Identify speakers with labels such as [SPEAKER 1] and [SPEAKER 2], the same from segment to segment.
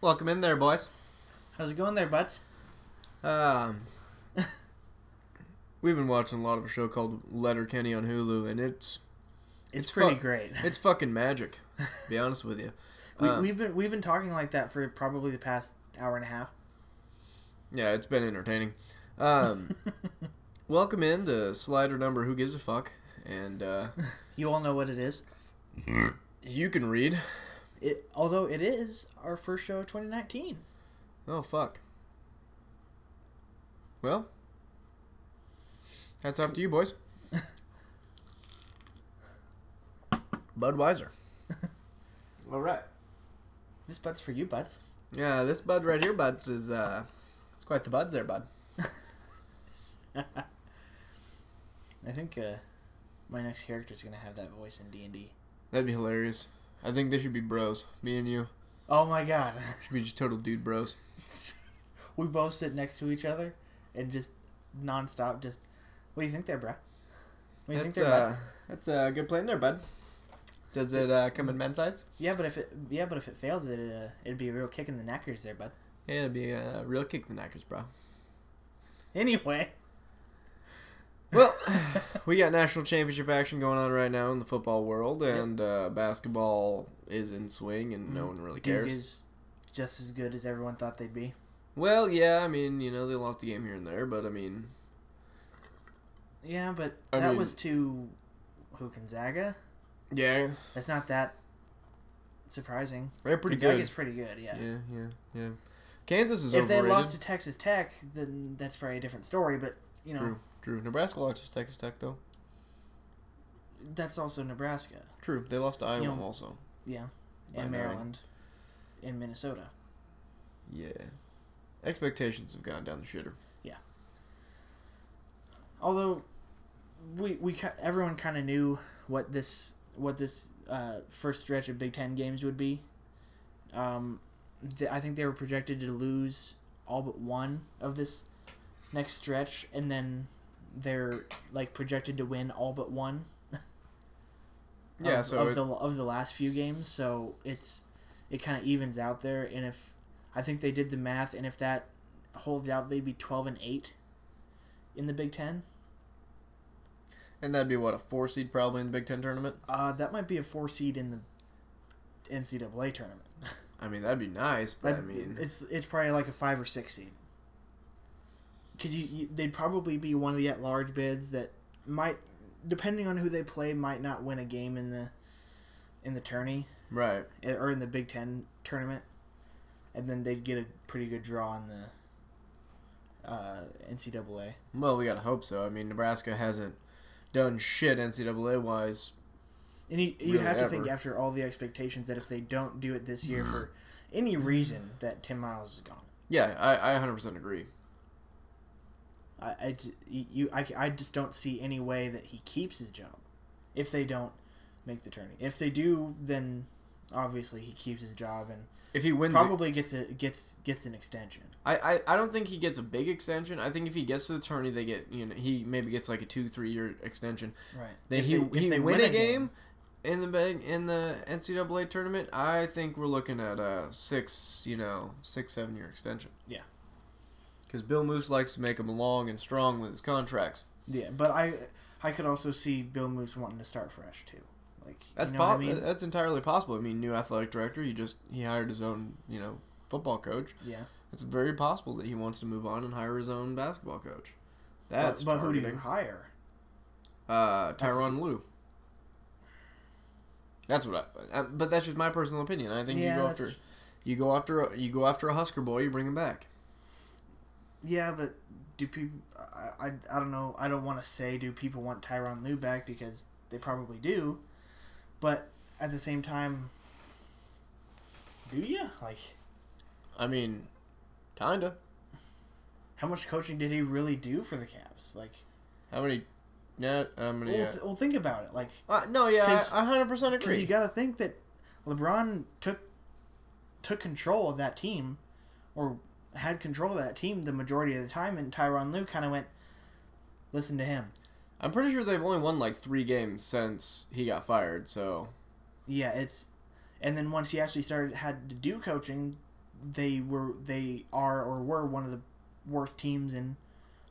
[SPEAKER 1] Welcome in there, boys.
[SPEAKER 2] How's it going there, butts?
[SPEAKER 1] Um, we've been watching a lot of a show called Letter Kenny on Hulu, and it's
[SPEAKER 2] It's,
[SPEAKER 1] It's
[SPEAKER 2] pretty
[SPEAKER 1] fu-
[SPEAKER 2] great.
[SPEAKER 1] it's fucking magic. to be honest with you.
[SPEAKER 2] We,
[SPEAKER 1] Um,
[SPEAKER 2] we've been we've been talking like that for probably the past hour and a half.
[SPEAKER 1] yeah, it's been entertaining. Um, welcome in to slider number Who Gives a Fuck, and uh,
[SPEAKER 2] you all know what it is.
[SPEAKER 1] you can read.
[SPEAKER 2] It although it is our first show of 2019.
[SPEAKER 1] Oh fuck. Well, that's up to you, boys. Budweiser. All right.
[SPEAKER 2] This butts for you, butts.
[SPEAKER 1] Yeah, this bud right here, buds, is uh, it's quite the bud there, bud.
[SPEAKER 2] I think uh, my next character is gonna have that voice in D and D.
[SPEAKER 1] That'd be hilarious. I think they should be bros. Me and you
[SPEAKER 2] Oh my god,
[SPEAKER 1] should be just total dude bros.
[SPEAKER 2] we both sit next to each other and just nonstop. Just what do you think there, bruh? What do you think
[SPEAKER 1] That's
[SPEAKER 2] there, bud?
[SPEAKER 1] uh, that's a good plan there, bud. Does it uh, come in men's size?
[SPEAKER 2] Yeah, but if it yeah, but if it fails, it uh, it'd be a real kick in the knackers there, bud.
[SPEAKER 1] Yeah, it'd be a real kick in the knackers, bro.
[SPEAKER 2] Anyway,
[SPEAKER 1] Well, we got national championship action going on right now in the football world, and uh, basketball is in swing, and no
[SPEAKER 2] Mhm.
[SPEAKER 1] one really
[SPEAKER 2] Duke
[SPEAKER 1] cares.
[SPEAKER 2] is just as good as everyone thought they'd be.
[SPEAKER 1] Well, yeah, I mean, you know, they lost a game here and there, but I mean,
[SPEAKER 2] Yeah, but
[SPEAKER 1] I
[SPEAKER 2] that
[SPEAKER 1] mean-
[SPEAKER 2] was to who Gonzaga.
[SPEAKER 1] yeah,
[SPEAKER 2] That's not that surprising.
[SPEAKER 1] they're pretty
[SPEAKER 2] Gonzaga's
[SPEAKER 1] good.
[SPEAKER 2] pretty good. Yeah.
[SPEAKER 1] Yeah, yeah, yeah. Kansas is
[SPEAKER 2] if they
[SPEAKER 1] overrated.
[SPEAKER 2] had lost to Texas Tech, then that's probably a different story. But you know,
[SPEAKER 1] True, true. Nebraska lost to Texas Tech though.
[SPEAKER 2] that's also Nebraska.
[SPEAKER 1] True, they lost to Iowa
[SPEAKER 2] know-
[SPEAKER 1] also.
[SPEAKER 2] Yeah,
[SPEAKER 1] By nine.
[SPEAKER 2] and Maryland, and Minnesota.
[SPEAKER 1] Yeah, expectations have gone down the shitter.
[SPEAKER 2] Although we we ki- everyone kind of knew what this what this uh, first stretch of Big Ten games would be. Um, th- I think they were projected to lose all but one of this next stretch, and then they're like projected to win all but one.
[SPEAKER 1] Yeah,
[SPEAKER 2] of,
[SPEAKER 1] so
[SPEAKER 2] of
[SPEAKER 1] it-
[SPEAKER 2] the of the last few games, so it's it kind of evens out there. And if I think they did the math, and if that holds out, they'd be twelve and eight in the Big Ten.
[SPEAKER 1] And that'd be what a four seed probably in the Big Ten tournament.
[SPEAKER 2] Uh, that might be a four seed in the NCAA tournament.
[SPEAKER 1] I mean, that'd be nice, but I
[SPEAKER 2] That-
[SPEAKER 1] mean,
[SPEAKER 2] it's it's probably like a five or six seed. Because you, you, they'd probably be one of the at-large bids that might, depending on who they play, might not win a game in the in the tourney
[SPEAKER 1] right?
[SPEAKER 2] eh, or in the Big Ten tournament, and then they'd get a pretty good draw in the uh, NCAA.
[SPEAKER 1] Well, we gotta hope so. I mean, Nebraska hasn't done shit NCAA wise.
[SPEAKER 2] And you, you
[SPEAKER 1] Really
[SPEAKER 2] have to
[SPEAKER 1] ever.
[SPEAKER 2] think after all the expectations that if they don't do it this year for any reason, that Tim Miles is gone.
[SPEAKER 1] Yeah, I, I 100% agree.
[SPEAKER 2] I, I j- you, I, I just don't see any way that he keeps his job if they don't make the tourney. If they do, then obviously he keeps his job and
[SPEAKER 1] If he wins,
[SPEAKER 2] probably gets a gets gets an extension.
[SPEAKER 1] I, I, I don't think he gets a big extension. I think if he gets to the tourney, they get you know he maybe gets like a two three year extension.
[SPEAKER 2] Right.
[SPEAKER 1] They, he he win, a game, in the big in the NCAA tournament. I think we're looking at a six you know six seven year extension.
[SPEAKER 2] Yeah.
[SPEAKER 1] Because Bill Moose likes to make him long and strong with his contracts.
[SPEAKER 2] Yeah, but I I could also see Bill Moose wanting to start fresh too. Like
[SPEAKER 1] That's
[SPEAKER 2] you know
[SPEAKER 1] po- uh,
[SPEAKER 2] what I mean?
[SPEAKER 1] that's entirely possible. I mean, new athletic director. He just he hired his own you know football coach.
[SPEAKER 2] Yeah.
[SPEAKER 1] It's very possible that he wants to move on and hire his own basketball coach. That's
[SPEAKER 2] But, but who do you
[SPEAKER 1] targeting.
[SPEAKER 2] hire?
[SPEAKER 1] Uh,
[SPEAKER 2] That's-
[SPEAKER 1] Tyron Lou. That's what I. uh, But that's just my personal opinion. I think
[SPEAKER 2] Yeah,
[SPEAKER 1] you go
[SPEAKER 2] that's
[SPEAKER 1] after,
[SPEAKER 2] tr-
[SPEAKER 1] you go after, a, you go after a Husker boy. You bring him back.
[SPEAKER 2] Yeah, but do people? I, I, I don't know. I don't want to say do people want Tyron Lue back because they probably do, but at the same time, do you like
[SPEAKER 1] I mean, kinda.
[SPEAKER 2] how much coaching did he really do for the Cavs? Like,
[SPEAKER 1] How many? Yeah, how many?
[SPEAKER 2] well,
[SPEAKER 1] uh,
[SPEAKER 2] th- well think about it. Like,
[SPEAKER 1] uh, no, yeah,
[SPEAKER 2] 'cause-
[SPEAKER 1] I hundred percent
[SPEAKER 2] because
[SPEAKER 1] agree.
[SPEAKER 2] you got to think that LeBron took took control of that team, or had control of that team the majority of the time, and Tyron Lue kind of went, listen to him.
[SPEAKER 1] I'm pretty sure they've only won like three games since he got fired. So
[SPEAKER 2] Yeah, it's and then once he actually started had to do coaching, they were they are or were one of the worst teams in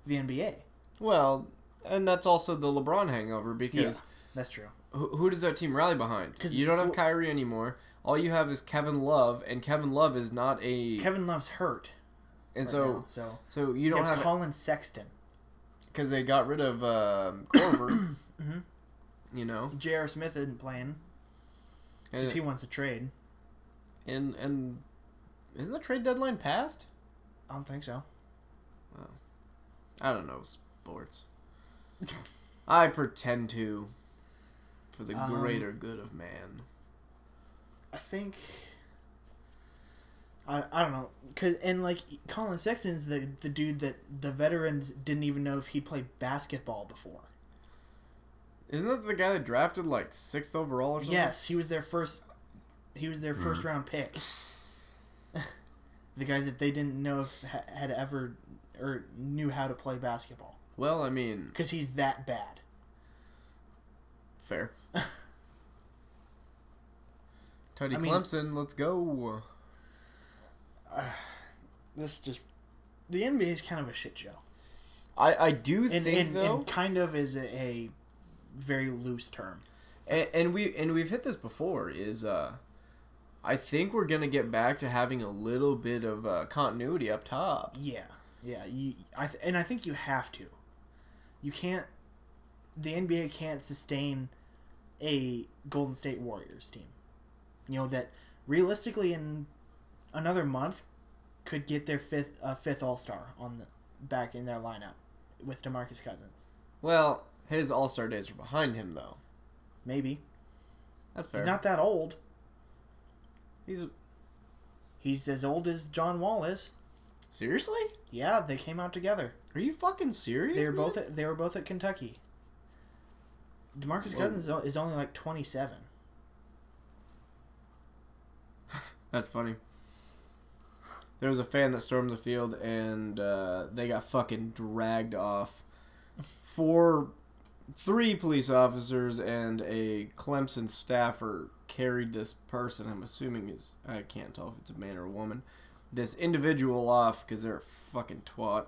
[SPEAKER 2] the NBA.
[SPEAKER 1] Well, and that's also the LeBron hangover because
[SPEAKER 2] That's true.
[SPEAKER 1] who, who does that team rally behind?
[SPEAKER 2] 'Cause-
[SPEAKER 1] you don't have
[SPEAKER 2] well-
[SPEAKER 1] Kyrie anymore. All you have is Kevin Love, and Kevin Love is not a
[SPEAKER 2] Kevin Love's hurt.
[SPEAKER 1] and
[SPEAKER 2] right
[SPEAKER 1] so
[SPEAKER 2] now, so
[SPEAKER 1] so you don't
[SPEAKER 2] have,
[SPEAKER 1] have
[SPEAKER 2] Colin Sexton,
[SPEAKER 1] because they got rid of um, Corver.
[SPEAKER 2] Mhm.
[SPEAKER 1] You know,
[SPEAKER 2] J.R. Smith isn't playing
[SPEAKER 1] and,
[SPEAKER 2] because he wants to trade.
[SPEAKER 1] and and isn't the trade deadline passed?
[SPEAKER 2] I don't think so.
[SPEAKER 1] I don't know sports. I pretend to, for the
[SPEAKER 2] Um,
[SPEAKER 1] greater good of man.
[SPEAKER 2] I think. I, I don't know, cause and like Colin Sexton's the the dude that the veterans didn't even know if he played basketball before.
[SPEAKER 1] Isn't that the guy that drafted like sixth overall or something?
[SPEAKER 2] Yes, he was their first. He was their first round pick. the guy that they didn't know if ha- had ever or knew how to play basketball
[SPEAKER 1] Well, I mean,
[SPEAKER 2] because he's that bad.
[SPEAKER 1] fair. Teddy
[SPEAKER 2] I mean-
[SPEAKER 1] Clemson, let's go.
[SPEAKER 2] This just the NBA is kind of a shit show,
[SPEAKER 1] I, I do
[SPEAKER 2] and
[SPEAKER 1] think
[SPEAKER 2] and,
[SPEAKER 1] though,
[SPEAKER 2] and kind of is a, a very loose term.
[SPEAKER 1] and, and we and we've hit this before is uh I think we're gonna get back to having a little bit of uh, continuity up top.
[SPEAKER 2] Yeah, yeah. You, I th- and I think you have to. You can't. The NBA can't sustain a Golden State Warriors team. You know that realistically, in another month, could get their fifth uh, fifth All Star on the back in their lineup with Demarcus Cousins.
[SPEAKER 1] Well, his All Star days are behind him though.
[SPEAKER 2] Maybe
[SPEAKER 1] That's fair.
[SPEAKER 2] he's not that old.
[SPEAKER 1] He's
[SPEAKER 2] He's as old as John Wall is.
[SPEAKER 1] seriously?
[SPEAKER 2] Yeah, they came out together.
[SPEAKER 1] Are you fucking serious?
[SPEAKER 2] They were
[SPEAKER 1] man?
[SPEAKER 2] both at, they were both at Kentucky. Demarcus
[SPEAKER 1] Whoa.
[SPEAKER 2] Cousins o- is only like twenty seven.
[SPEAKER 1] That's funny. There was a fan that stormed the field and uh, they got fucking dragged off. Four, three police officers and a Clemson staffer carried this person. I'm assuming is I can't tell if it's a man or a woman. This individual off because they're a fucking twat.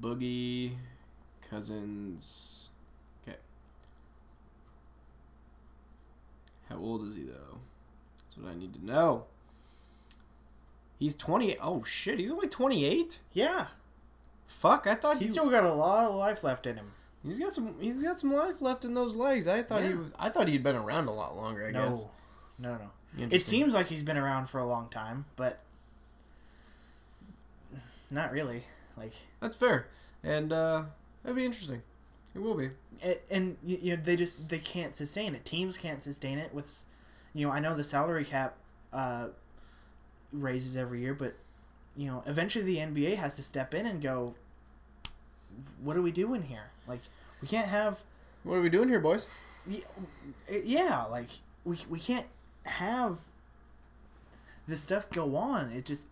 [SPEAKER 1] Boogie Cousins. Okay. How old is he though? That's what I need to know. He's 20. Oh shit, he's only 28.
[SPEAKER 2] Yeah,
[SPEAKER 1] Fuck, I thought
[SPEAKER 2] he's
[SPEAKER 1] he's
[SPEAKER 2] still got a lot of life left in him.
[SPEAKER 1] he's got some he's got some life left in those legs. I thought he
[SPEAKER 2] Yeah.
[SPEAKER 1] was I thought he'd been around a lot longer. I
[SPEAKER 2] no,
[SPEAKER 1] guess.
[SPEAKER 2] no, no. It
[SPEAKER 1] Interesting.
[SPEAKER 2] seems like he's been around for a long time, but not really. Like,
[SPEAKER 1] that's fair, and uh, that'd be interesting. It will be.
[SPEAKER 2] a- and y- you know, they just they can't sustain it. Teams can't sustain it. With, s- you know, I know the salary cap uh, raises every year, but you know, eventually the NBA has to step in and go, "What are we doing here? Like, we can't have
[SPEAKER 1] What are we doing here, boys?
[SPEAKER 2] Y- yeah like we, we can't have this stuff go on it just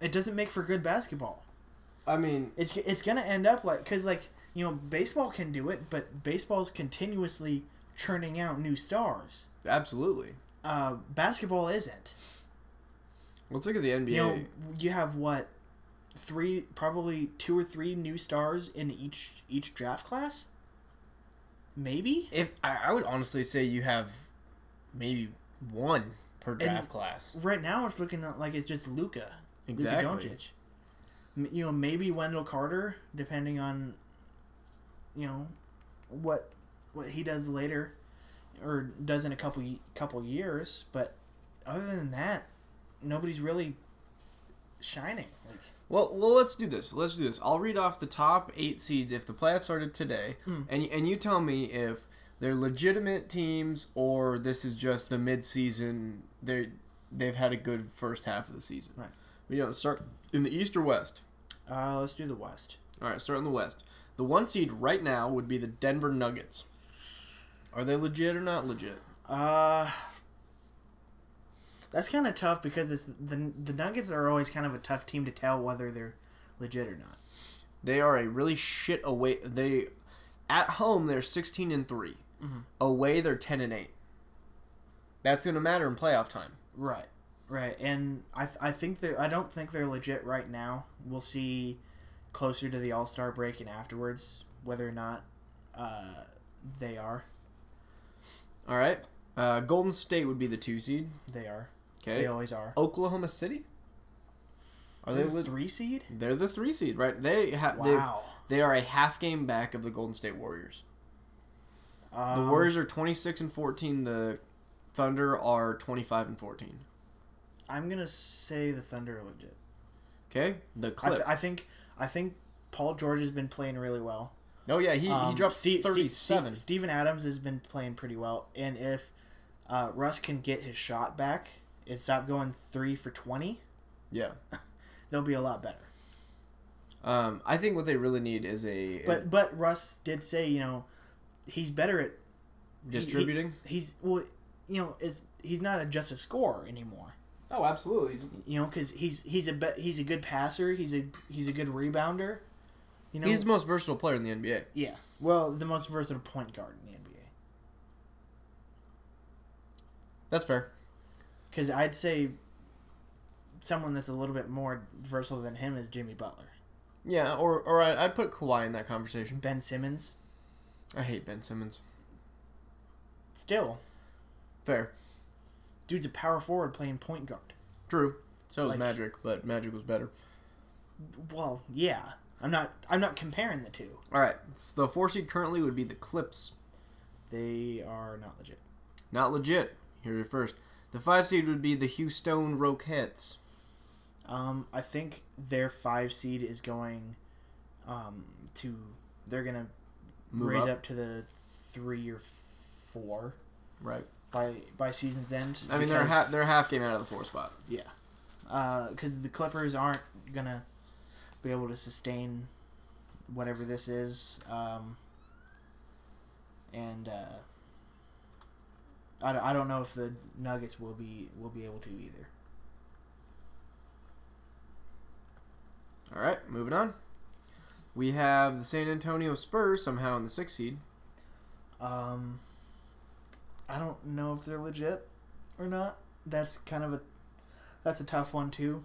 [SPEAKER 2] it doesn't make for good basketball
[SPEAKER 1] I mean,
[SPEAKER 2] it's it's gonna end up like because like you know baseball can do it but baseball's continuously churning out new stars
[SPEAKER 1] absolutely.
[SPEAKER 2] uh, basketball isn't
[SPEAKER 1] Let's look at the NBA.
[SPEAKER 2] you know you have what three probably two or three new stars in each each draft class maybe
[SPEAKER 1] if I, I would honestly say you have maybe one per draft class.
[SPEAKER 2] right now it's looking like it's just Luca.
[SPEAKER 1] Exactly.
[SPEAKER 2] Luka Doncic. M- You know, maybe Wendell Carter, depending on, you know, what what he does later, or does in a couple y- couple years. But other than that, nobody's really shining. Like
[SPEAKER 1] Well, well, let's do this. Let's do this. I'll read off the top eight seeds if the playoffs started today, and and you tell me if they're legitimate teams or this is just the midseason. They they've had a good first half of the season.
[SPEAKER 2] Right.
[SPEAKER 1] We don't start in the East or West.
[SPEAKER 2] uh, let's do the West.
[SPEAKER 1] All right, start in the West. The one seed right now would be the Denver Nuggets. Are they legit or not legit?
[SPEAKER 2] Uh, that's kind of tough because it's the the Nuggets are always kind of a tough team to tell whether they're legit or not.
[SPEAKER 1] They are a really shit away. They at home they're
[SPEAKER 2] Mm-hmm.
[SPEAKER 1] sixteen and 3 Away they're ten and eight. That's gonna matter in playoff time.
[SPEAKER 2] Right, right, and I th- I think they're I don't think they're legit right now. We'll see closer to the All Star break and afterwards whether or not uh, they are.
[SPEAKER 1] All right. Uh, Golden State would be the two seed.
[SPEAKER 2] They are.
[SPEAKER 1] Okay.
[SPEAKER 2] They always are.
[SPEAKER 1] Oklahoma City. Are they?
[SPEAKER 2] They're the
[SPEAKER 1] lit-
[SPEAKER 2] three seed?
[SPEAKER 1] They're the three seed, right? They have.
[SPEAKER 2] Wow.
[SPEAKER 1] They are a half game back of the Golden State Warriors. The
[SPEAKER 2] Um,
[SPEAKER 1] Warriors are 26 and 14. The Thunder are 25 and 14.
[SPEAKER 2] I'm gonna say the Thunder are legit.
[SPEAKER 1] Okay, the
[SPEAKER 2] I,
[SPEAKER 1] clip.
[SPEAKER 2] th- I think I think Paul George has been playing really well.
[SPEAKER 1] oh yeah, he, he
[SPEAKER 2] Um,
[SPEAKER 1] dropped
[SPEAKER 2] Ste- Ste- Ste-
[SPEAKER 1] 37.
[SPEAKER 2] Steven Adams has been playing pretty well, and if uh, Russ can get his shot back and stop going three for twenty,
[SPEAKER 1] yeah.
[SPEAKER 2] they'll be a lot better.
[SPEAKER 1] Um, I think what they really need is a is
[SPEAKER 2] But but Russ did say you know he's better at
[SPEAKER 1] distributing.
[SPEAKER 2] he's well you know it's he's not a, just a scorer anymore.
[SPEAKER 1] oh, absolutely. He's,
[SPEAKER 2] You know because he's he's a be- he's a good passer. He's a he's a good rebounder. You know
[SPEAKER 1] he's the most versatile player in the NBA.
[SPEAKER 2] yeah. Well, the most versatile point guard in the NBA.
[SPEAKER 1] That's fair.
[SPEAKER 2] Because I'd say someone that's a little bit more versatile than him is Jimmy Butler.
[SPEAKER 1] Yeah, or or I, I'd put Kawhi in that conversation.
[SPEAKER 2] Ben Simmons,
[SPEAKER 1] I hate Ben Simmons.
[SPEAKER 2] still,
[SPEAKER 1] Fair,
[SPEAKER 2] dude's a power forward playing point guard.
[SPEAKER 1] true. So was
[SPEAKER 2] Like-
[SPEAKER 1] Magic, but Magic was better.
[SPEAKER 2] Well, yeah. I'm not. I'm not comparing the two.
[SPEAKER 1] All right, the four seed currently would be the Clips.
[SPEAKER 2] They are not legit.
[SPEAKER 1] Not legit. Here you first. The five seed would be the Houston Rockets.
[SPEAKER 2] Um, I think their five seed is going, um, to they're gonna
[SPEAKER 1] Move
[SPEAKER 2] raise
[SPEAKER 1] up.
[SPEAKER 2] up. to the three or four
[SPEAKER 1] Right.
[SPEAKER 2] by by season's end.
[SPEAKER 1] I mean, they're
[SPEAKER 2] because-
[SPEAKER 1] ha- they're half game out of the four spot.
[SPEAKER 2] Yeah, because the Clippers aren't gonna be able to sustain whatever this is, um, and uh, I, don't- I don't know if the Nuggets will be will be able to either.
[SPEAKER 1] All right, moving on. We have the San Antonio Spurs somehow in the sixth seed.
[SPEAKER 2] Um, I don't know if they're legit or not. That's kind of a that's a tough one too.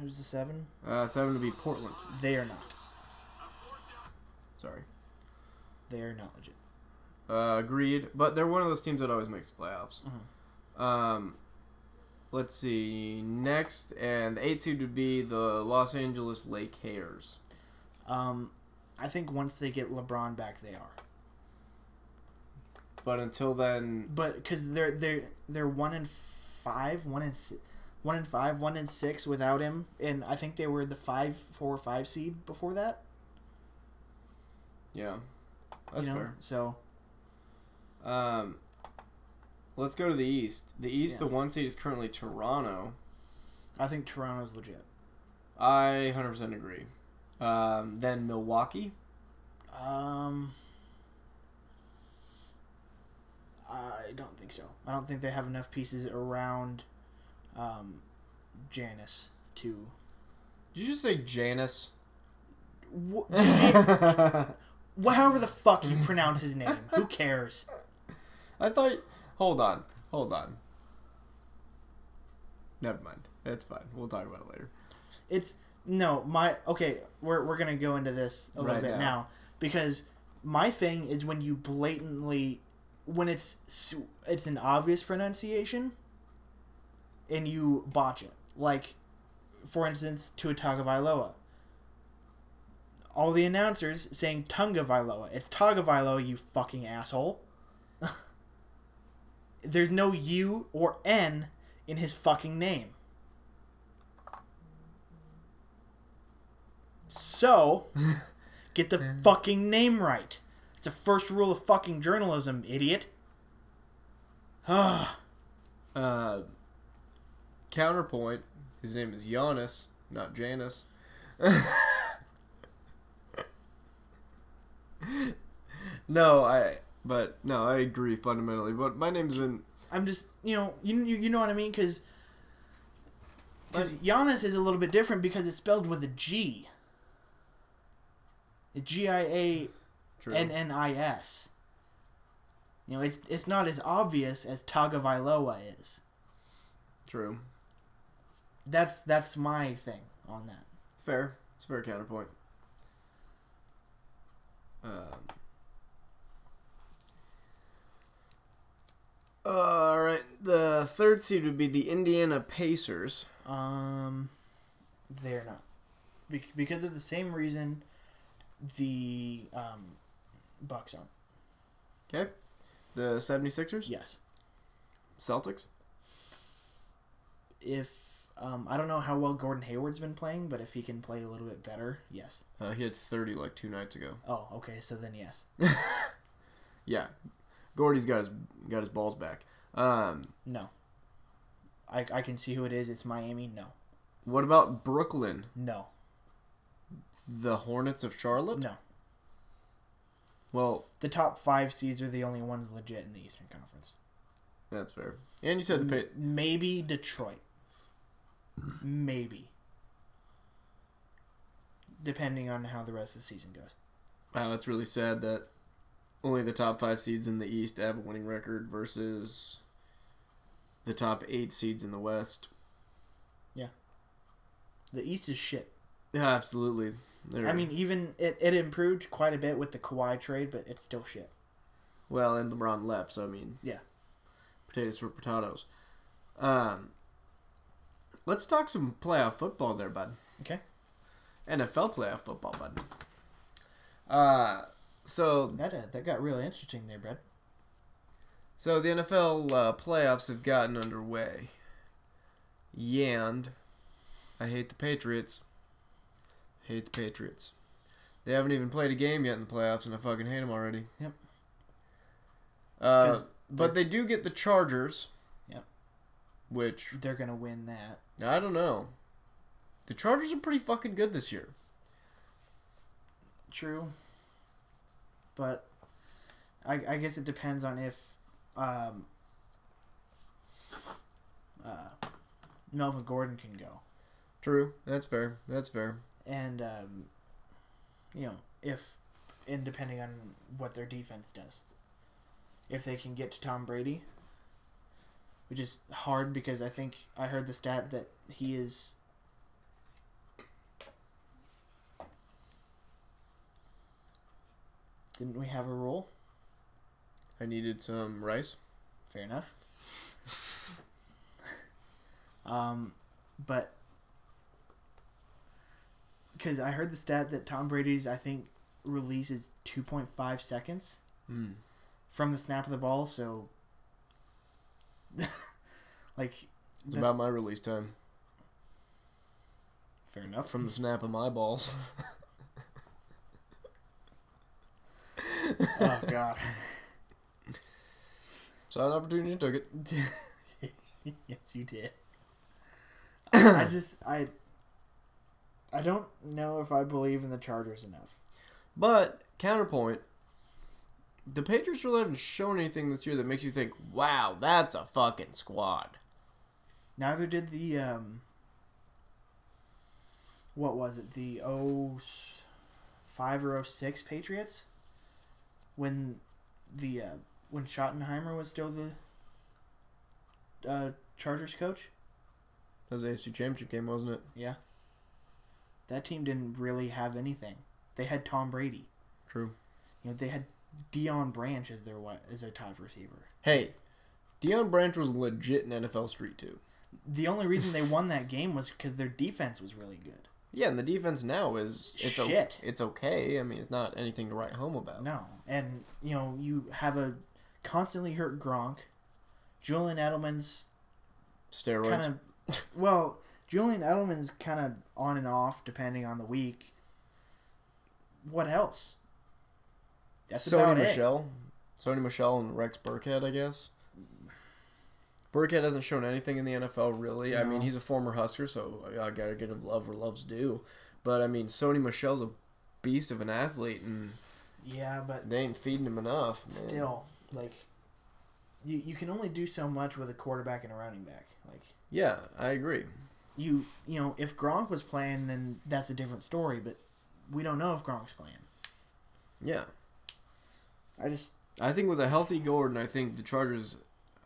[SPEAKER 2] Who's the seven?
[SPEAKER 1] Uh, seven would be Portland.
[SPEAKER 2] They are not.
[SPEAKER 1] Sorry.
[SPEAKER 2] They are not legit.
[SPEAKER 1] Uh, agreed. But they're one of those teams that always makes playoffs.
[SPEAKER 2] Mm-hmm.
[SPEAKER 1] Um, let's see. Next, and the eighth seed would be the Los Angeles Lake Hares.
[SPEAKER 2] Um, I think once they get LeBron back, they are.
[SPEAKER 1] But until then,
[SPEAKER 2] But because they're they're they're one in five, one in si- one in five, one in six without him, and I think they were the five, four, or five seed before that.
[SPEAKER 1] yeah, that's
[SPEAKER 2] you know?
[SPEAKER 1] fair.
[SPEAKER 2] So
[SPEAKER 1] Um, let's go to the East. The East,
[SPEAKER 2] Yeah.
[SPEAKER 1] the one seed is currently Toronto.
[SPEAKER 2] I think Toronto's legit.
[SPEAKER 1] I 100% agree. Um, then Milwaukee.
[SPEAKER 2] Um, I don't think so. I don't think they have enough pieces around, um, Janice to.
[SPEAKER 1] Did you just say Janus?
[SPEAKER 2] Wh-
[SPEAKER 1] I
[SPEAKER 2] wh- however the fuck you pronounce his name, who cares?
[SPEAKER 1] thought. Hold on. Hold on. Never mind. It's fine. We'll talk about it later.
[SPEAKER 2] It's no my okay. We're we're gonna go into this a little
[SPEAKER 1] Right
[SPEAKER 2] bit
[SPEAKER 1] now.
[SPEAKER 2] now. because my thing is when you blatantly when it's su- it's an obvious pronunciation and you botch it. Like for instance, Tua Tagovailoa. All the announcers saying Tungavailoa. It's Tagovailoa, you fucking asshole. There's no U or N in his fucking name. So, get the fucking name right. It's the first rule of fucking journalism, idiot. Ah,
[SPEAKER 1] Uh, counterpoint. His name is Giannis, not Janus. no, I. But no, I agree fundamentally. But my name's in.
[SPEAKER 2] I'm just, you know, you, you, you know what I mean? Because because Giannis is a little bit different because it's spelled with a G. G I A
[SPEAKER 1] True.
[SPEAKER 2] N N I S. You know, it's it's not as obvious as Tagovailoa is.
[SPEAKER 1] True.
[SPEAKER 2] That's that's my thing on that.
[SPEAKER 1] Fair. It's a fair counterpoint. Um. All right. The third seed would be the Indiana Pacers.
[SPEAKER 2] Um, they're not Be- because of the same reason the um, Bucks aren't.
[SPEAKER 1] Okay. The 76ers.
[SPEAKER 2] Yes,
[SPEAKER 1] Celtics.
[SPEAKER 2] if um, I don't know how well Gordon Hayward's been playing, but if he can play a little bit better, yes.
[SPEAKER 1] Uh, he had 30 like two nights ago.
[SPEAKER 2] Oh, okay, so then yes.
[SPEAKER 1] Yeah. Gordy's got his got his balls back. Um,
[SPEAKER 2] No. I, I can see who it is. It's Miami. No.
[SPEAKER 1] what about Brooklyn?
[SPEAKER 2] No.
[SPEAKER 1] The Hornets of Charlotte?
[SPEAKER 2] No.
[SPEAKER 1] Well,
[SPEAKER 2] The top five seeds are the only ones legit in the Eastern Conference.
[SPEAKER 1] that's fair. And you said
[SPEAKER 2] Mm-hmm.
[SPEAKER 1] the pa-
[SPEAKER 2] Maybe Detroit. Maybe. Depending on how the rest of the season goes.
[SPEAKER 1] wow, that's really sad that only the top five seeds in the East have a winning record versus the top eight seeds in the West.
[SPEAKER 2] The East is shit.
[SPEAKER 1] Yeah, absolutely. They're-
[SPEAKER 2] I mean, even it, it improved quite a bit with the Kawhi trade, but it's still shit.
[SPEAKER 1] well, and LeBron left, so I mean,
[SPEAKER 2] Yeah.
[SPEAKER 1] potatoes for potatoes. Um, let's talk some playoff football there, bud.
[SPEAKER 2] Okay.
[SPEAKER 1] NFL playoff football, bud. Uh, so
[SPEAKER 2] That, uh, that got really interesting there, Brad.
[SPEAKER 1] So the NFL uh, playoffs have gotten underway. Yand, I hate the Patriots. Hate the Patriots. They haven't even played a game yet in the playoffs, and I fucking hate them already.
[SPEAKER 2] Yep.
[SPEAKER 1] Uh,
[SPEAKER 2] 'Cause
[SPEAKER 1] but they do get the Chargers.
[SPEAKER 2] Yep.
[SPEAKER 1] Which
[SPEAKER 2] They're going to win that.
[SPEAKER 1] I don't know. The Chargers are pretty fucking good this year.
[SPEAKER 2] True. But I, I guess it depends on if um, uh, Melvin Gordon can go.
[SPEAKER 1] True. That's fair. That's fair.
[SPEAKER 2] And, um, you know, if, and depending on what their defense does. If they can get to Tom Brady, which is hard because I think I heard the stat that he is. Didn't we have a rule?
[SPEAKER 1] I needed some rice.
[SPEAKER 2] Fair enough. um, but because I heard the stat that Tom Brady's I think release is two point five seconds
[SPEAKER 1] Mm.
[SPEAKER 2] from the snap of the ball, so like
[SPEAKER 1] It's
[SPEAKER 2] that's-
[SPEAKER 1] about my release time
[SPEAKER 2] fair enough.
[SPEAKER 1] from the snap of my balls.
[SPEAKER 2] oh god,
[SPEAKER 1] Saw an opportunity, took it.
[SPEAKER 2] yes you did. I just I I don't know if I believe in the Chargers enough.
[SPEAKER 1] But counterpoint, the Patriots really haven't shown anything this year that makes you think, "Wow, that's a fucking squad."
[SPEAKER 2] Neither did the um. What was it? The oh five or oh six Patriots. When the uh, when Schottenheimer was still the uh, Chargers coach,
[SPEAKER 1] That was the ASU championship game, wasn't it?
[SPEAKER 2] yeah. That team didn't really have anything. They had Tom Brady.
[SPEAKER 1] True.
[SPEAKER 2] You know, they had Dion Branch as their wi- as their top receiver.
[SPEAKER 1] Hey, Deion Branch was legit in NFL Street too.
[SPEAKER 2] The only reason they won that game was because their defense was really good.
[SPEAKER 1] Yeah, and the defense now is it's o-
[SPEAKER 2] Shit.
[SPEAKER 1] it's okay. I mean, it's not anything to write home about.
[SPEAKER 2] No, and you know you have a constantly hurt Gronk. Julian Edelman's
[SPEAKER 1] Steroids.
[SPEAKER 2] kind of well, Julian Edelman's kind of on and off depending on the week. What else? That's
[SPEAKER 1] Sony
[SPEAKER 2] about it.
[SPEAKER 1] Michelle, Sony Michelle, and Rex Burkhead, I guess. Burkhead hasn't shown anything in the NFL, really. I mean,
[SPEAKER 2] No.
[SPEAKER 1] he's a former Husker, so I gotta get him love where love's due. But I mean, Sony Michelle's a beast of an athlete, and
[SPEAKER 2] Yeah, but
[SPEAKER 1] they ain't feeding him enough. man.
[SPEAKER 2] still, like, you you can only do so much with a quarterback and a running back. Like
[SPEAKER 1] yeah, I agree.
[SPEAKER 2] you you know if Gronk was playing, then that's a different story. But we don't know if Gronk's playing.
[SPEAKER 1] Yeah,
[SPEAKER 2] I just
[SPEAKER 1] I think with a healthy Gordon, I think the Chargers.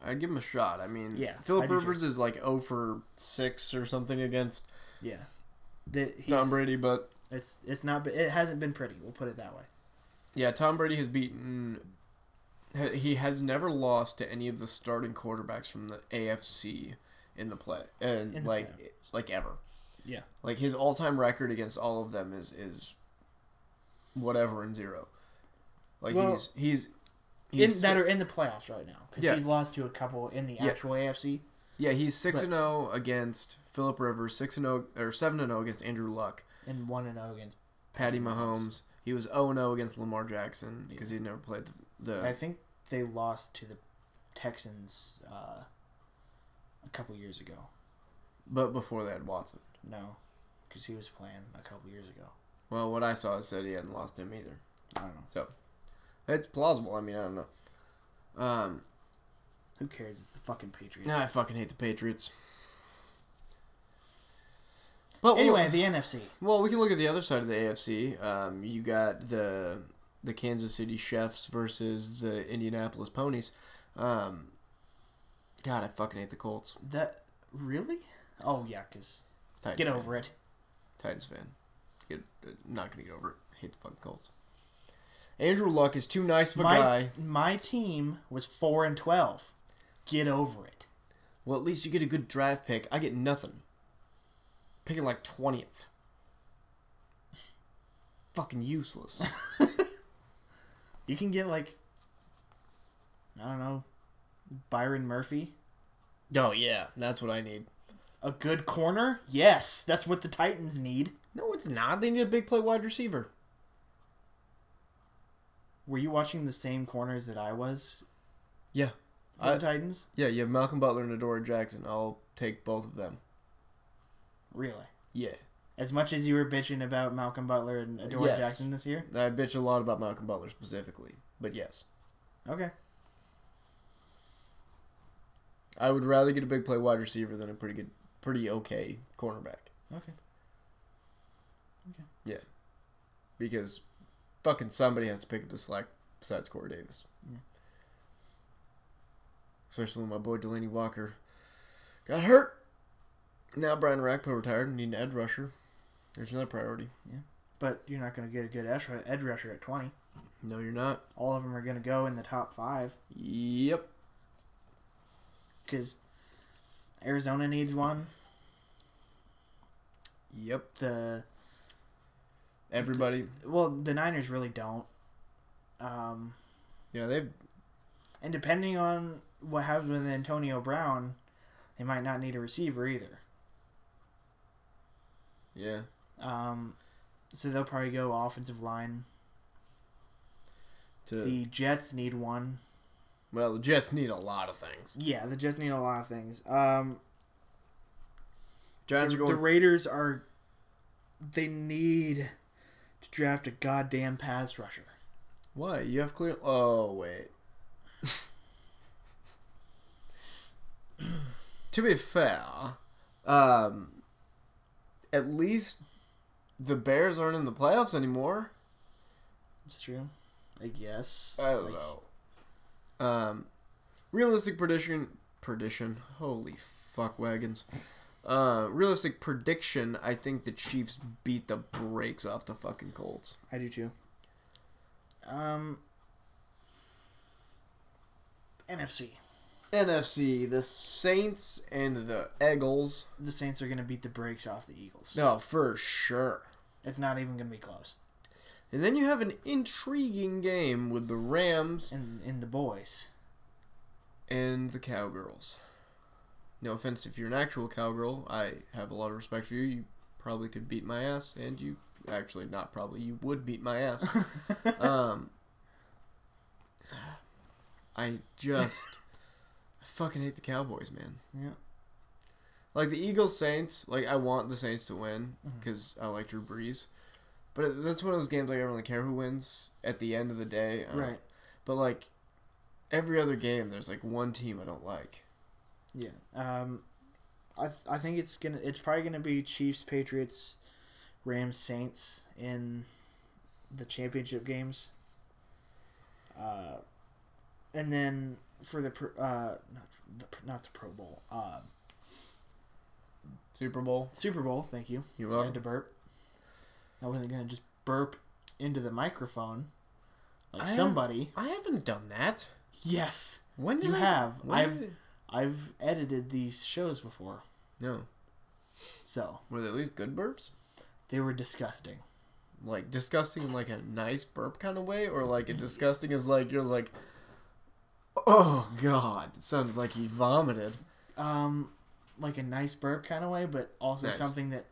[SPEAKER 1] I'd give them a shot. I mean,
[SPEAKER 2] Yeah, I
[SPEAKER 1] Philip
[SPEAKER 2] do too.
[SPEAKER 1] Rivers is like 0 for six or something against
[SPEAKER 2] Yeah. The, he's,
[SPEAKER 1] Tom Brady, but
[SPEAKER 2] It's it's not. It hasn't been pretty. We'll put it that way.
[SPEAKER 1] yeah, Tom Brady has beaten. ha- He has never lost to any of the starting quarterbacks from the AFC in the play and
[SPEAKER 2] In the
[SPEAKER 1] like like ever.
[SPEAKER 2] Yeah.
[SPEAKER 1] Like his all-time record against all of them is is whatever and zero. Like
[SPEAKER 2] Well,
[SPEAKER 1] he's he's
[SPEAKER 2] In,
[SPEAKER 1] he's
[SPEAKER 2] that are in the playoffs right now because
[SPEAKER 1] Yeah.
[SPEAKER 2] he's lost to a couple in the
[SPEAKER 1] Yeah.
[SPEAKER 2] actual AFC.
[SPEAKER 1] Yeah, he's six
[SPEAKER 2] But-
[SPEAKER 1] and zero against Philip Rivers, six and zero or seven and zero against Andrew Luck,
[SPEAKER 2] and one and zero against.
[SPEAKER 1] Patty Mahomes. He was zero and zero against Lamar Jackson because he never played the. the
[SPEAKER 2] I think they lost to the Texans uh, a couple years ago.
[SPEAKER 1] but before that, Watson.
[SPEAKER 2] No, because he was playing a couple years ago.
[SPEAKER 1] Well, what I saw said he hadn't lost him either.
[SPEAKER 2] I don't know.
[SPEAKER 1] It's plausible. I mean, I don't know. Um,
[SPEAKER 2] Who cares? It's the fucking Patriots.
[SPEAKER 1] nah, I fucking hate the Patriots. But we'll-
[SPEAKER 2] Anyway, the NFC.
[SPEAKER 1] Well, we can look at the other side of the AFC. Um, you got the the Kansas City Chefs versus the Indianapolis Ponies. Um, God, I fucking hate the Colts.
[SPEAKER 2] That really? Oh yeah, because
[SPEAKER 1] Titans
[SPEAKER 2] get
[SPEAKER 1] fan.
[SPEAKER 2] over it.
[SPEAKER 1] Titans fan. Get uh, not gonna get over it. Hate the fucking Colts. Andrew Luck is too nice of a
[SPEAKER 2] My
[SPEAKER 1] guy.
[SPEAKER 2] my team was four and twelve. Get over it.
[SPEAKER 1] Well, at least you get a good draft pick. I get nothing. Picking like twentieth. Fucking useless.
[SPEAKER 2] You can get like, I don't know, Byron Murphy.
[SPEAKER 1] oh yeah, that's what I need.
[SPEAKER 2] A good corner? Yes, that's what the Titans need.
[SPEAKER 1] No, it's not. They need a big play wide receiver.
[SPEAKER 2] Were you watching the same corners that I was
[SPEAKER 1] Yeah.
[SPEAKER 2] for
[SPEAKER 1] I-
[SPEAKER 2] the Titans?
[SPEAKER 1] Yeah, you have Malcolm Butler and Adora Jackson. I'll take both of them.
[SPEAKER 2] Really?
[SPEAKER 1] Yeah.
[SPEAKER 2] As much as you were bitching about Malcolm Butler and Adore
[SPEAKER 1] Yes.
[SPEAKER 2] Jackson this year?
[SPEAKER 1] I bitch a lot about Malcolm Butler specifically, but yes.
[SPEAKER 2] Okay.
[SPEAKER 1] I would rather get a big play wide receiver than a pretty good pretty okay cornerback.
[SPEAKER 2] Okay.
[SPEAKER 1] Yeah. Because fucking somebody has to pick up the slack besides Corey Davis.
[SPEAKER 2] Yeah.
[SPEAKER 1] Especially when my boy Delaney Walker got hurt. Now Brian Rackpo retired and need an edge rusher. There's another priority.
[SPEAKER 2] But you're not going to get a good edge ru- edge rusher at 20.
[SPEAKER 1] No, you're not.
[SPEAKER 2] All of them are going to go in the top five
[SPEAKER 1] Yep.
[SPEAKER 2] because Arizona needs one.
[SPEAKER 1] Yep.
[SPEAKER 2] The
[SPEAKER 1] Everybody.
[SPEAKER 2] well, the Niners really don't. Um,
[SPEAKER 1] Yeah, they've
[SPEAKER 2] and depending on what happens with Antonio Brown, they might not need a receiver either.
[SPEAKER 1] yeah.
[SPEAKER 2] Um, so they'll probably go offensive line.
[SPEAKER 1] To
[SPEAKER 2] The Jets need one.
[SPEAKER 1] well, the Jets need a lot of things.
[SPEAKER 2] Yeah, the Jets need a lot of things. Um,
[SPEAKER 1] Giants
[SPEAKER 2] the,
[SPEAKER 1] are going.
[SPEAKER 2] the Raiders are. They need to draft a goddamn pass rusher.
[SPEAKER 1] Why you have clear? Oh wait. to be fair, um, at least the Bears aren't in the playoffs anymore.
[SPEAKER 2] It's true. I guess.
[SPEAKER 1] I don't
[SPEAKER 2] Like,
[SPEAKER 1] know. Um, realistic prediction. Prediction. Holy fuck wagons. Uh, realistic prediction. I think the Chiefs beat the brakes off the fucking Colts.
[SPEAKER 2] I do too. Um. NFC.
[SPEAKER 1] NFC, the Saints and the Eagles.
[SPEAKER 2] The Saints are going to beat the brakes off the Eagles.
[SPEAKER 1] No, Oh, for sure.
[SPEAKER 2] It's not even going to be close.
[SPEAKER 1] And then you have an intriguing game with the Rams
[SPEAKER 2] And in the boys.
[SPEAKER 1] and the Cowgirls. No offense if you're an actual cowgirl, I have a lot of respect for you. You probably could beat my ass, and you actually not probably you would beat my ass. um, I just I fucking hate the Cowboys, man.
[SPEAKER 2] Yeah.
[SPEAKER 1] Like the Eagles Saints, like I want the Saints to win
[SPEAKER 2] Mm-hmm.
[SPEAKER 1] because I like Drew Brees, but that's one of those games like I don't really care who wins at the end of the day. I don't-
[SPEAKER 2] Right.
[SPEAKER 1] But like every other game, there's like one team I don't like.
[SPEAKER 2] Yeah. Um, I th- I think it's gonna it's probably gonna be Chiefs, Patriots, Rams, Saints in the championship games. Uh, and then for the pro- uh not the, not the Pro Bowl uh
[SPEAKER 1] Super Bowl.
[SPEAKER 2] Super Bowl. Thank you.
[SPEAKER 1] You're
[SPEAKER 2] I had to burp. I wasn't gonna just burp into the microphone like
[SPEAKER 1] I am-
[SPEAKER 2] somebody.
[SPEAKER 1] I haven't done that.
[SPEAKER 2] Yes,
[SPEAKER 1] When did
[SPEAKER 2] You
[SPEAKER 1] I
[SPEAKER 2] have.
[SPEAKER 1] when
[SPEAKER 2] I've-
[SPEAKER 1] did it-
[SPEAKER 2] I've edited these shows before,
[SPEAKER 1] no.
[SPEAKER 2] so
[SPEAKER 1] Were they at least good burps?
[SPEAKER 2] they were disgusting.
[SPEAKER 1] Like disgusting in like a nice burp kind of way, or like a disgusting is like you're like, oh god, it sounded like you vomited.
[SPEAKER 2] Um, like a nice burp kind of way, but also
[SPEAKER 1] Nice.
[SPEAKER 2] something that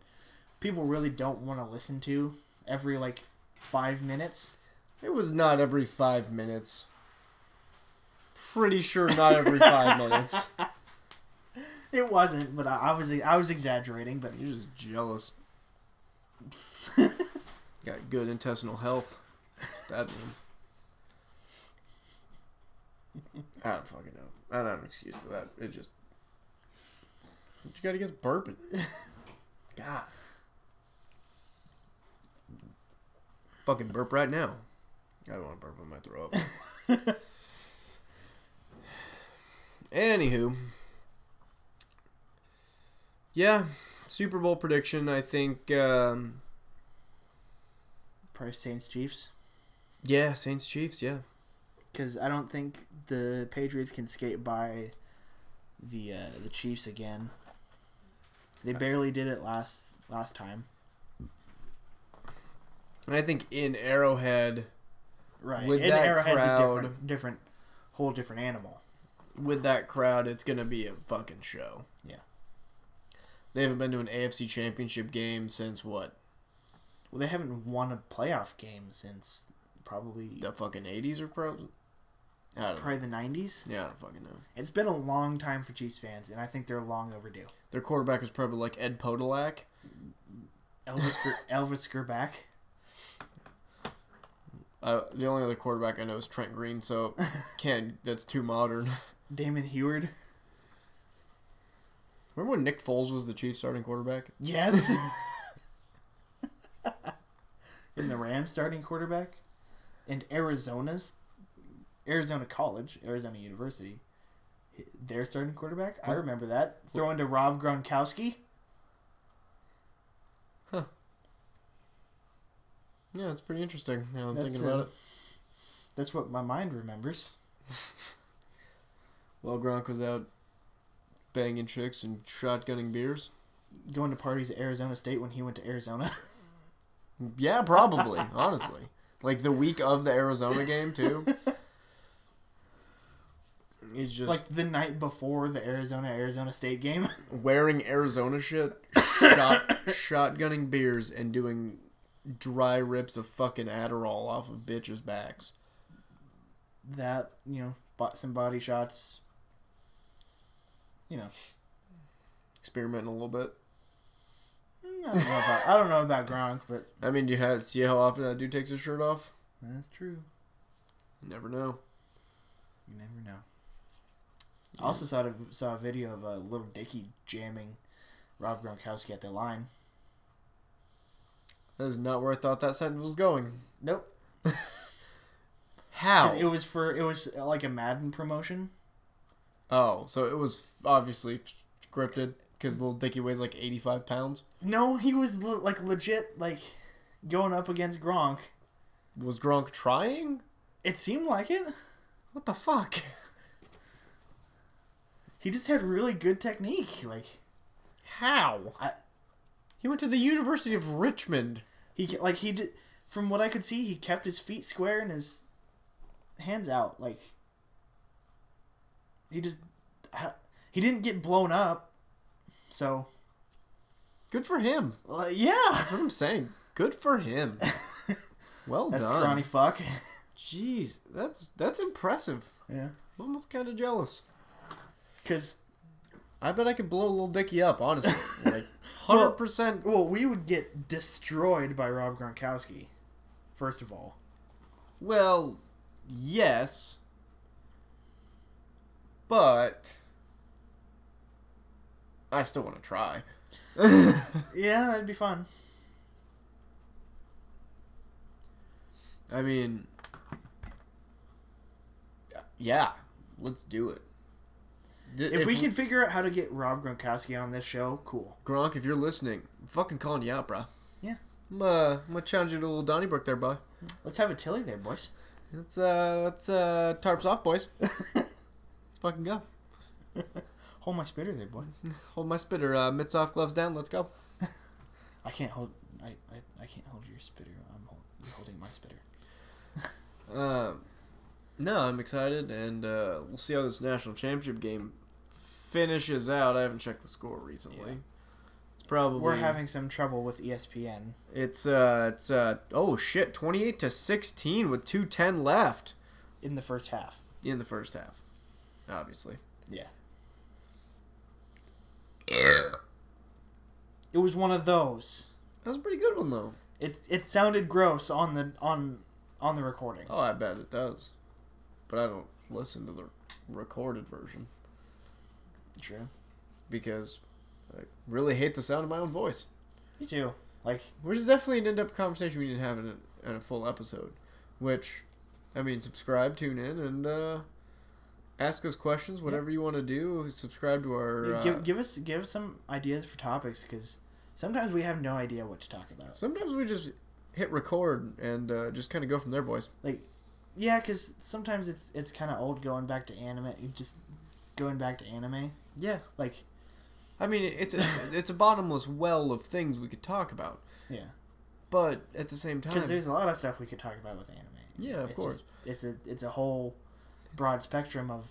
[SPEAKER 2] people really don't want to listen to every like five minutes.
[SPEAKER 1] It was not every five minutes. Pretty sure not every five minutes.
[SPEAKER 2] It wasn't, but I, I was I was exaggerating. But
[SPEAKER 1] You're just jealous. Got good intestinal health. That means. I don't fucking know. I don't have an excuse for that. It just. What you got against burping? God. Fucking burp right now. I don't want to burp. I might throw up. Anywho. Yeah, Super Bowl prediction. I think. Um,
[SPEAKER 2] probably Saints Chiefs,
[SPEAKER 1] yeah, Saints Chiefs. Yeah,
[SPEAKER 2] because I don't think the Patriots can skate by the uh, the Chiefs again. They barely did it last last time.
[SPEAKER 1] and I think in Arrowhead
[SPEAKER 2] Right.
[SPEAKER 1] With
[SPEAKER 2] and
[SPEAKER 1] that
[SPEAKER 2] Arrowhead's a
[SPEAKER 1] crowd-
[SPEAKER 2] different, different, whole different animal.
[SPEAKER 1] with that crowd, it's gonna be a fucking show.
[SPEAKER 2] Yeah.
[SPEAKER 1] They haven't been to an AFC Championship game since what
[SPEAKER 2] Well, they haven't won a playoff game since probably
[SPEAKER 1] the fucking eighties or probably. I don't know.
[SPEAKER 2] probably the nineties.
[SPEAKER 1] Yeah, I don't fucking know.
[SPEAKER 2] It's been a long time for Chiefs fans, and I think they're long overdue.
[SPEAKER 1] Their quarterback was probably like Ed Podolak.
[SPEAKER 2] Elvis Ger- Elvis Gerback.
[SPEAKER 1] Uh, the only other quarterback I know is Trent Green, so can't. That's too modern.
[SPEAKER 2] Damon Heward.
[SPEAKER 1] Remember when Nick Foles was the Chiefs starting quarterback?
[SPEAKER 2] Yes. and the Rams starting quarterback, and Arizona's Arizona College, Arizona University, their starting quarterback. I
[SPEAKER 1] Was-
[SPEAKER 2] remember that throwing to Rob Gronkowski.
[SPEAKER 1] Yeah, it's pretty interesting. Now I'm
[SPEAKER 2] That's,
[SPEAKER 1] thinking about
[SPEAKER 2] uh,
[SPEAKER 1] it.
[SPEAKER 2] That's what my mind remembers.
[SPEAKER 1] Well, Gronk was out banging chicks and shotgunning beers.
[SPEAKER 2] Going to parties at Arizona State when he went to Arizona.
[SPEAKER 1] Yeah, probably. honestly, like the week of the Arizona game too. He's just
[SPEAKER 2] like the night before the Arizona Arizona State game.
[SPEAKER 1] wearing Arizona shit, shot, shotgunning beers, and doing dry rips of fucking Adderall off of bitches' backs.
[SPEAKER 2] that, you know, bought some body shots. You know,
[SPEAKER 1] Experimenting a little bit.
[SPEAKER 2] I don't know about, I don't know about Gronk, but
[SPEAKER 1] I mean, do you have see how often that dude takes his shirt off?
[SPEAKER 2] that's true.
[SPEAKER 1] You never know.
[SPEAKER 2] You never know. I also saw a, saw a video of uh, little Dicky jamming Rob Gronkowski at the line.
[SPEAKER 1] That is not where I thought that sentence was going.
[SPEAKER 2] Nope.
[SPEAKER 1] How?
[SPEAKER 2] 'Cause It was for it was uh, like a Madden promotion.
[SPEAKER 1] Oh, so it was obviously scripted because little Dicky weighs like eighty-five pounds.
[SPEAKER 2] No, he was le- like legit like going up against Gronk.
[SPEAKER 1] Was Gronk trying?
[SPEAKER 2] It seemed like it.
[SPEAKER 1] What the fuck?
[SPEAKER 2] He just had really good technique. Like
[SPEAKER 1] How?
[SPEAKER 2] I-
[SPEAKER 1] He went to the University of Richmond.
[SPEAKER 2] He ke- like he did from what I could see, he kept his feet square and his hands out. Like he just ha- he didn't get blown up. So
[SPEAKER 1] Good for him.
[SPEAKER 2] like, yeah,
[SPEAKER 1] That's what I'm saying. Good for him. Well
[SPEAKER 2] that's
[SPEAKER 1] done.
[SPEAKER 2] Ronnie Fuck.
[SPEAKER 1] Jeez, that's that's impressive.
[SPEAKER 2] yeah,
[SPEAKER 1] I'm almost kind of jealous.
[SPEAKER 2] because
[SPEAKER 1] I bet I could blow little Dicky up, honestly. Like, hundred
[SPEAKER 2] Well-
[SPEAKER 1] percent.
[SPEAKER 2] well, we would get destroyed by Rob Gronkowski. First of all,
[SPEAKER 1] Well, yes, but I still want to try.
[SPEAKER 2] yeah, that'd be fun.
[SPEAKER 1] I mean, Yeah, let's do it. D-
[SPEAKER 2] If, we can figure out how to get Rob Gronkowski on this show, cool.
[SPEAKER 1] Gronk, if you're listening, I'm fucking calling you out, bro.
[SPEAKER 2] Yeah.
[SPEAKER 1] I'm, uh, I'm gonna challenge you to a little Donnybrook there, boy.
[SPEAKER 2] Let's have a Tilly there, boys.
[SPEAKER 1] Let's uh, let's uh, tarps off, boys. let's fucking go.
[SPEAKER 2] Hold my spitter there, boy.
[SPEAKER 1] Hold my spitter, uh, mitts off, gloves down. Let's go.
[SPEAKER 2] I can't hold. I, I, I can't hold your spitter. I'm hold, you're holding my spitter.
[SPEAKER 1] Um, no, I'm excited, and uh, we'll see how this national championship game finishes out. I haven't checked the score recently.
[SPEAKER 2] Yeah.
[SPEAKER 1] It's probably
[SPEAKER 2] We're having some trouble with E ESPN.
[SPEAKER 1] It's uh, it's uh, oh shit, twenty eight to sixteen with two ten left
[SPEAKER 2] in the first half.
[SPEAKER 1] in the first half. Obviously,
[SPEAKER 2] Yeah. It was one of those.
[SPEAKER 1] that was a pretty good one though.
[SPEAKER 2] It's it sounded gross on the on on the recording.
[SPEAKER 1] Oh, I bet it does, but I don't listen to the recorded version
[SPEAKER 2] True.
[SPEAKER 1] because I really hate the sound of my own voice.
[SPEAKER 2] Me too. Like
[SPEAKER 1] Which is definitely an in-depth conversation we didn't have in a, in a full episode. Which, I mean, subscribe, tune in, and uh, ask us questions. Whatever you want to do, subscribe to our. Uh,
[SPEAKER 2] give, give us give us some ideas for topics because sometimes we have no idea what to talk about.
[SPEAKER 1] sometimes we just hit record and uh, just kind of go from there, boys.
[SPEAKER 2] Like yeah, because sometimes it's it's kind of old going back to anime. Just going back to anime.
[SPEAKER 1] Yeah,
[SPEAKER 2] Like
[SPEAKER 1] I mean, it's it's, it's a bottomless well of things we could talk about,
[SPEAKER 2] yeah,
[SPEAKER 1] but at the same
[SPEAKER 2] because
[SPEAKER 1] time,
[SPEAKER 2] there's a lot of stuff we could talk about with anime.
[SPEAKER 1] yeah, of
[SPEAKER 2] it's
[SPEAKER 1] course.
[SPEAKER 2] just- it's a it's a whole broad spectrum of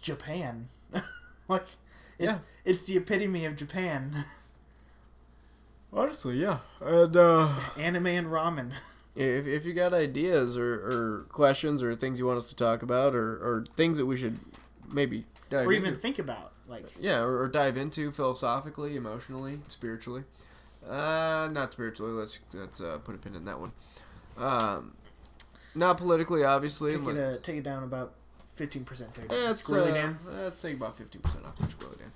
[SPEAKER 2] Japan. like it's it's the epitome of Japan.
[SPEAKER 1] Honestly, yeah, and uh,
[SPEAKER 2] Anime and ramen.
[SPEAKER 1] If, if you got ideas or, or questions or things you want us to talk about or, or things that we should maybe dive
[SPEAKER 2] Or even
[SPEAKER 1] into,
[SPEAKER 2] think about. Like
[SPEAKER 1] yeah, or, or dive into philosophically, emotionally, spiritually. Uh, not spiritually. Let's let's uh, put a pin in that one. Um, not politically, obviously.
[SPEAKER 2] take
[SPEAKER 1] but-
[SPEAKER 2] it uh, take it down about fifteen percent there.
[SPEAKER 1] That's
[SPEAKER 2] Squirrely
[SPEAKER 1] uh,
[SPEAKER 2] Dan.
[SPEAKER 1] That's like about fifty percent off the Squirrely Dan.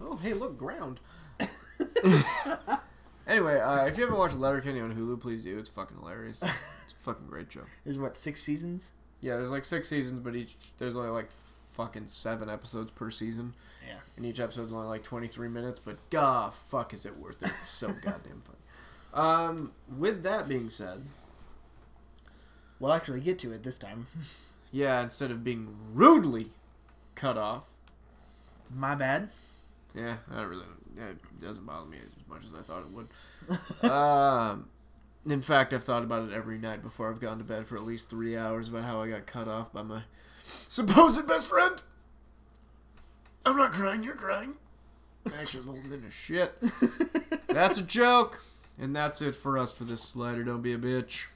[SPEAKER 1] Oh, hey, look, ground. anyway, uh, if you haven't watched Letterkenny on Hulu, please do. It's fucking hilarious. It's a fucking great show.
[SPEAKER 2] There's what six seasons.
[SPEAKER 1] Yeah, there's like six seasons, but each there's only like fucking seven episodes per season,
[SPEAKER 2] Yeah.
[SPEAKER 1] and each episode's only like 23 minutes. But god, fuck, is it worth it? It's so goddamn funny. Um, with that being said,
[SPEAKER 2] We'll actually get to it this time.
[SPEAKER 1] yeah, instead of being rudely cut off,
[SPEAKER 2] My bad.
[SPEAKER 1] Yeah, I really it doesn't bother me as much as I thought it would. um, in fact, I've thought about it every night before I've gone to bed for at least three hours about how I got cut off by my supposed best friend. I'm not crying. You're crying. Actually, I'm holding in a shit. That's a joke, and that's it for us for this slider. Don't be a bitch.